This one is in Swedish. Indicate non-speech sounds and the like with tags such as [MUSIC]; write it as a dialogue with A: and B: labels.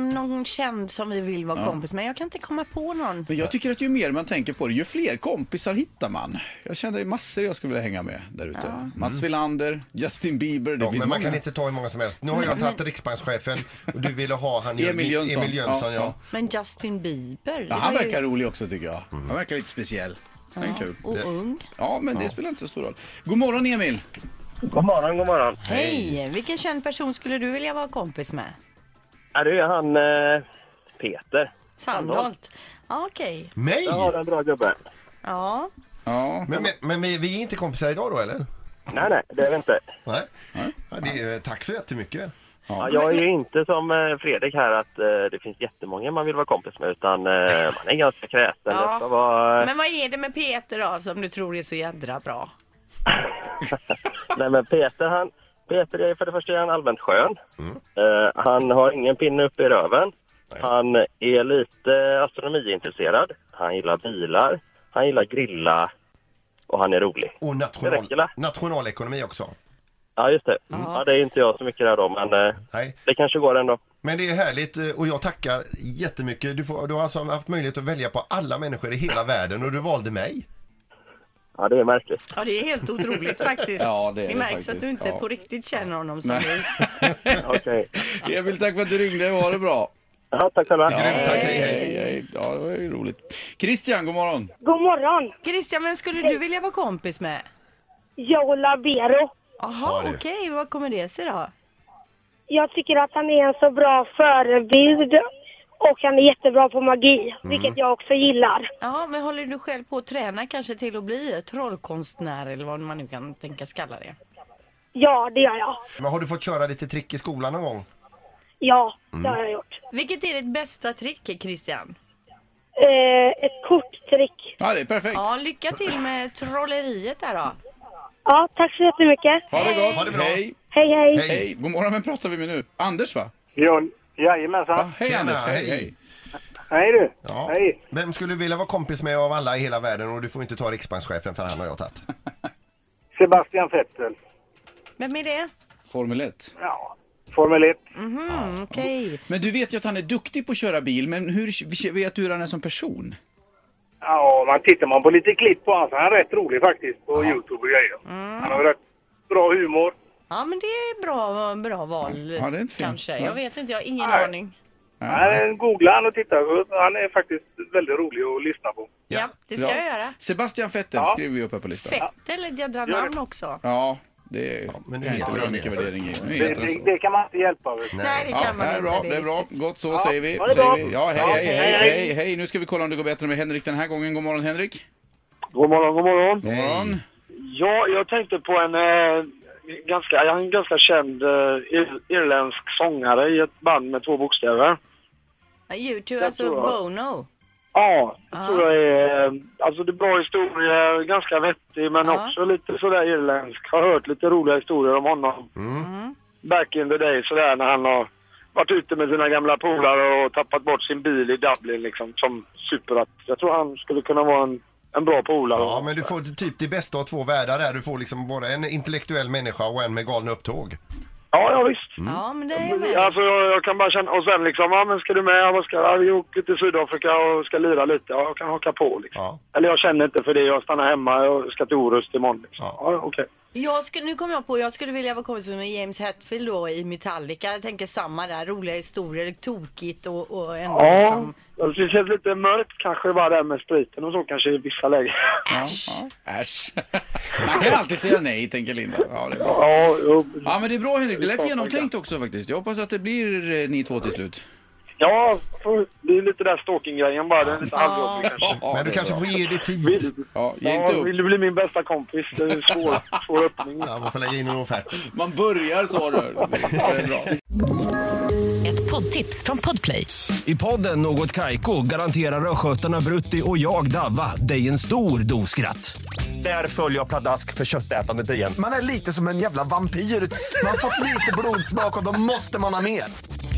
A: någon känd som vi vill vara
B: Ja.
A: kompis med. Jag kan inte komma på någon.
B: Men jag tycker att ju mer man tänker på det, ju fler kompisar hittar man. Jag känner det är massor jag skulle vilja hänga med där ute. Mats Wilander, Justin Bieber, det
C: Ja,
B: finns
C: men man
B: många.
C: kan inte ta hur många som helst. Nu har jag tagit riksbankschefen och du ville ha han
B: Emil Jönsson.
C: Emil Jönsson,
B: Ja,
C: ja.
A: Men Justin Bieber. det
B: Ja, han
A: var ju-
B: verkar rolig också tycker jag.
C: Mm.
B: Han verkar lite speciell. Han är kul.
A: Och ung.
B: Ja, men det spelar inte så stor roll. God morgon Emil!
D: God morgon, god morgon.
A: Hej. Vilken känd person skulle du vilja vara kompis med?
D: Är det är han eh, Peter?
A: Sandholt. Ja, okej.
C: Mig?
D: Jag har en bra gubbe.
A: Ja.
B: Ja,
C: Men, men, men vi vi är inte kompisar idag då eller?
D: Nej, nej, det är det inte.
C: Nej. Ja, det är, tack så jättemycket.
D: Ja, jag är ju inte som eh, Fredrik här att eh, det finns jättemånga man vill vara kompis med utan eh, man är ganska kräsen.
A: Ja.
D: Det ska vara, eh,
A: Men vad är det med Peter då som du tror är så jädra bra?
D: Nej men Peter han, Peter är för det första är han allmänt skön. Eh, han har ingen pinne upp i röven. Han är lite astronomiintresserad. Han gillar bilar. Han gillar grilla. Och han är rolig.
C: Och
D: Det
C: national,
D: räcker, va?
C: nationalekonomi också.
D: Ja just det. Ja, det är inte jag så mycket där då men eh,
C: Nej.
D: det kanske går ändå.
C: Men det är härligt eh, och jag tackar jättemycket. Du, får, du har alltså haft möjlighet att välja på alla människor i hela världen och du valde mig.
D: Ja det är märkligt.
A: [LAUGHS] Ja, det är helt otroligt
B: [LAUGHS]
A: faktiskt.
B: Ja, det är
A: det
B: det
A: märks
B: faktiskt.
A: att du inte
B: Ja.
A: på riktigt känner honom som
B: Nej. [LAUGHS]
A: vi.
D: Okej.
B: Emil tack för att du ringde. Ha det bra.
D: Ja, tack själva.
C: Grymt, tack. Hej, hej.
B: Hej, hej. Ja, det var ju roligt. Christian, god morgon!
E: God morgon!
A: Christian, vem skulle du vilja vara kompis med?
E: Joe Labero.
A: Jaha,
C: Ja, det-
A: okej. Vad kommer det sig då?
E: Jag tycker att han är en så bra förebild och han är jättebra på magi, vilket jag också gillar.
A: Ja, men håller du själv på att träna kanske till att bli trollkonstnär eller vad man nu kan tänkas kalla det?
E: Ja, det gör jag.
C: Men har du fått köra lite trick i skolan någon gång?
E: Ja, det har jag gjort.
A: Vilket är ditt bästa trick, Christian?
E: Eh, ett korttrick.
B: Ja, det är perfekt.
A: Ja, lycka till med trolleriet där då.
E: Ja, tack så jättemycket.
B: Ha det gott!
C: Ha det bra.
B: Hej!
E: Hej, hej.
C: Hej.
B: Hej! God morgon, vem pratar vi med nu? Anders va?
F: Björn, jajamensan.
B: Ja, hej
C: Tjena,
B: Anders! Hej,
C: hej.
B: hej!
F: Hej du.
C: Ja.
F: Hej.
C: Vem skulle du vilja vara kompis med av alla i hela världen och du får inte ta riksbankschefen för han har jag tagit.
F: Sebastian Vettel.
A: Vem är det?
B: Formel 1.
F: Ja. Formel 1.
A: Mm, okej.
B: Men du vet ju att han är duktig på att köra bil, men hur vet du hur han är som person?
F: Ja, man tittar man på lite klipp på honom så han är rätt rolig faktiskt på Youtube och grejer. Han har rätt bra humor.
A: Ja, men det är bra, bra val
B: Ja, det är inte fel.
A: kanske.
B: Ja.
A: Jag vet inte, jag har ingen
F: Nej.
A: aning.
F: Han, googla han och titta. Han är faktiskt väldigt rolig att lyssna på.
A: Ja, det ska
B: Ja.
A: jag göra.
B: Sebastian Vettel
F: Ja.
B: skriver vi upp här på listan.
A: Fettel är ett jädra
F: Gör det.
A: namn också.
B: Ja, det
C: men
B: men
C: nu
B: kan
C: heter
B: inte
C: han
B: vara mycket
C: det.
B: värdering i. Nu
F: Det,
B: heter han
F: det,
B: så.
F: det kan man inte hjälpa. vet du.
A: Nej, det kan
B: Ja, det
A: man
B: är
A: inte.
B: bra,
A: är
B: det är bra.
A: riktigt.
B: Gott så
F: Ja,
B: säger vi.
F: ha det
B: Säger
F: bra.
B: vi. Ja, hej,
F: Ja,
B: hej, hej, hej,
F: hej,
B: hej,
F: hej.
B: hej, Nu ska vi kolla om det går bättre med Henrik den här gången. God morgon Henrik.
G: God morgon, god morgon.
B: God morgon.
G: Ja, jag tänkte på en eh, ganska, jag är en ganska känd eh, ir- irländsk sångare i ett band med två bokstäver.
A: Youtube,
G: Jag
A: alltså
G: tror jag.
A: Bono.
G: Ja,
A: Ja.
G: det tror jag är, eh, alltså det är bra historier, ganska vettig men
A: Ja.
G: också lite sådär irländsk. Har hört lite roliga historier om honom.
C: Mm.
G: Back in the day sådär när han har varit ute med sina gamla polare och tappat bort sin bil i Dublin liksom som superat. Jag tror han skulle kunna vara en, en bra polare.
C: Ja, men du får typ det bästa av två världar där. Du får liksom både en intellektuell människa och en med galna upptåg.
G: ja, ja visst.
A: Ja, men det är
G: Ja,
A: med.
G: Alltså jag, jag kan bara känna, och sen liksom, ja men ska du med? Ja, vad ska, ja, vi åker till Sydafrika och ska lira lite. Ja, jag kan haka på liksom.
C: Ja.
G: Eller jag känner inte för det, jag stannar hemma, jag ska till Orust imorgon liksom.
C: Ja.
G: Ja, okej.
A: Jag skulle, nu kom jag på, jag skulle vilja vara kompis med James Hetfield då i Metallica. Jag tänker samma där, roliga historier, tokigt och, och ändå
G: Ja,
A: liksom.
G: det känns lite mörkt kanske bara där med spriten och så kanske i
B: [LAUGHS]
G: vissa lägen.
B: Ja, ja. Äsch. Man kan alltid säga nej, tänker Linda. Ja, det är bra.
G: Ja, jo.
B: Ja, men det är bra Henrik. Det lät genomtänkt också faktiskt. Jag hoppas att det blir eh, ni två till slut.
G: ja får- det är lite där stalking-grejen bara, den är lite halvjobbig kanske.
B: Ja,
C: men
B: det
C: du
B: är
C: kanske
B: bra.
C: får ge det tid.
G: Vill,
B: Ja, ge inte
G: ja, vill
B: upp.
G: du bli min bästa kompis? Det är en svår, svår öppning.
C: Ja, man får lägga in en offert.
B: Man börjar så du. [LAUGHS] Ja, det är bra.
H: Ett poddtips från Podplay.
I: I podden Något Kaiko garanterar östgötarna Brutti och jag, Davva, dig en stor dos skratt. Där följer jag pladask för köttätandet igen.
J: Man är lite som en jävla vampyr. Man har fått lite blodsmak och då måste man ha mer.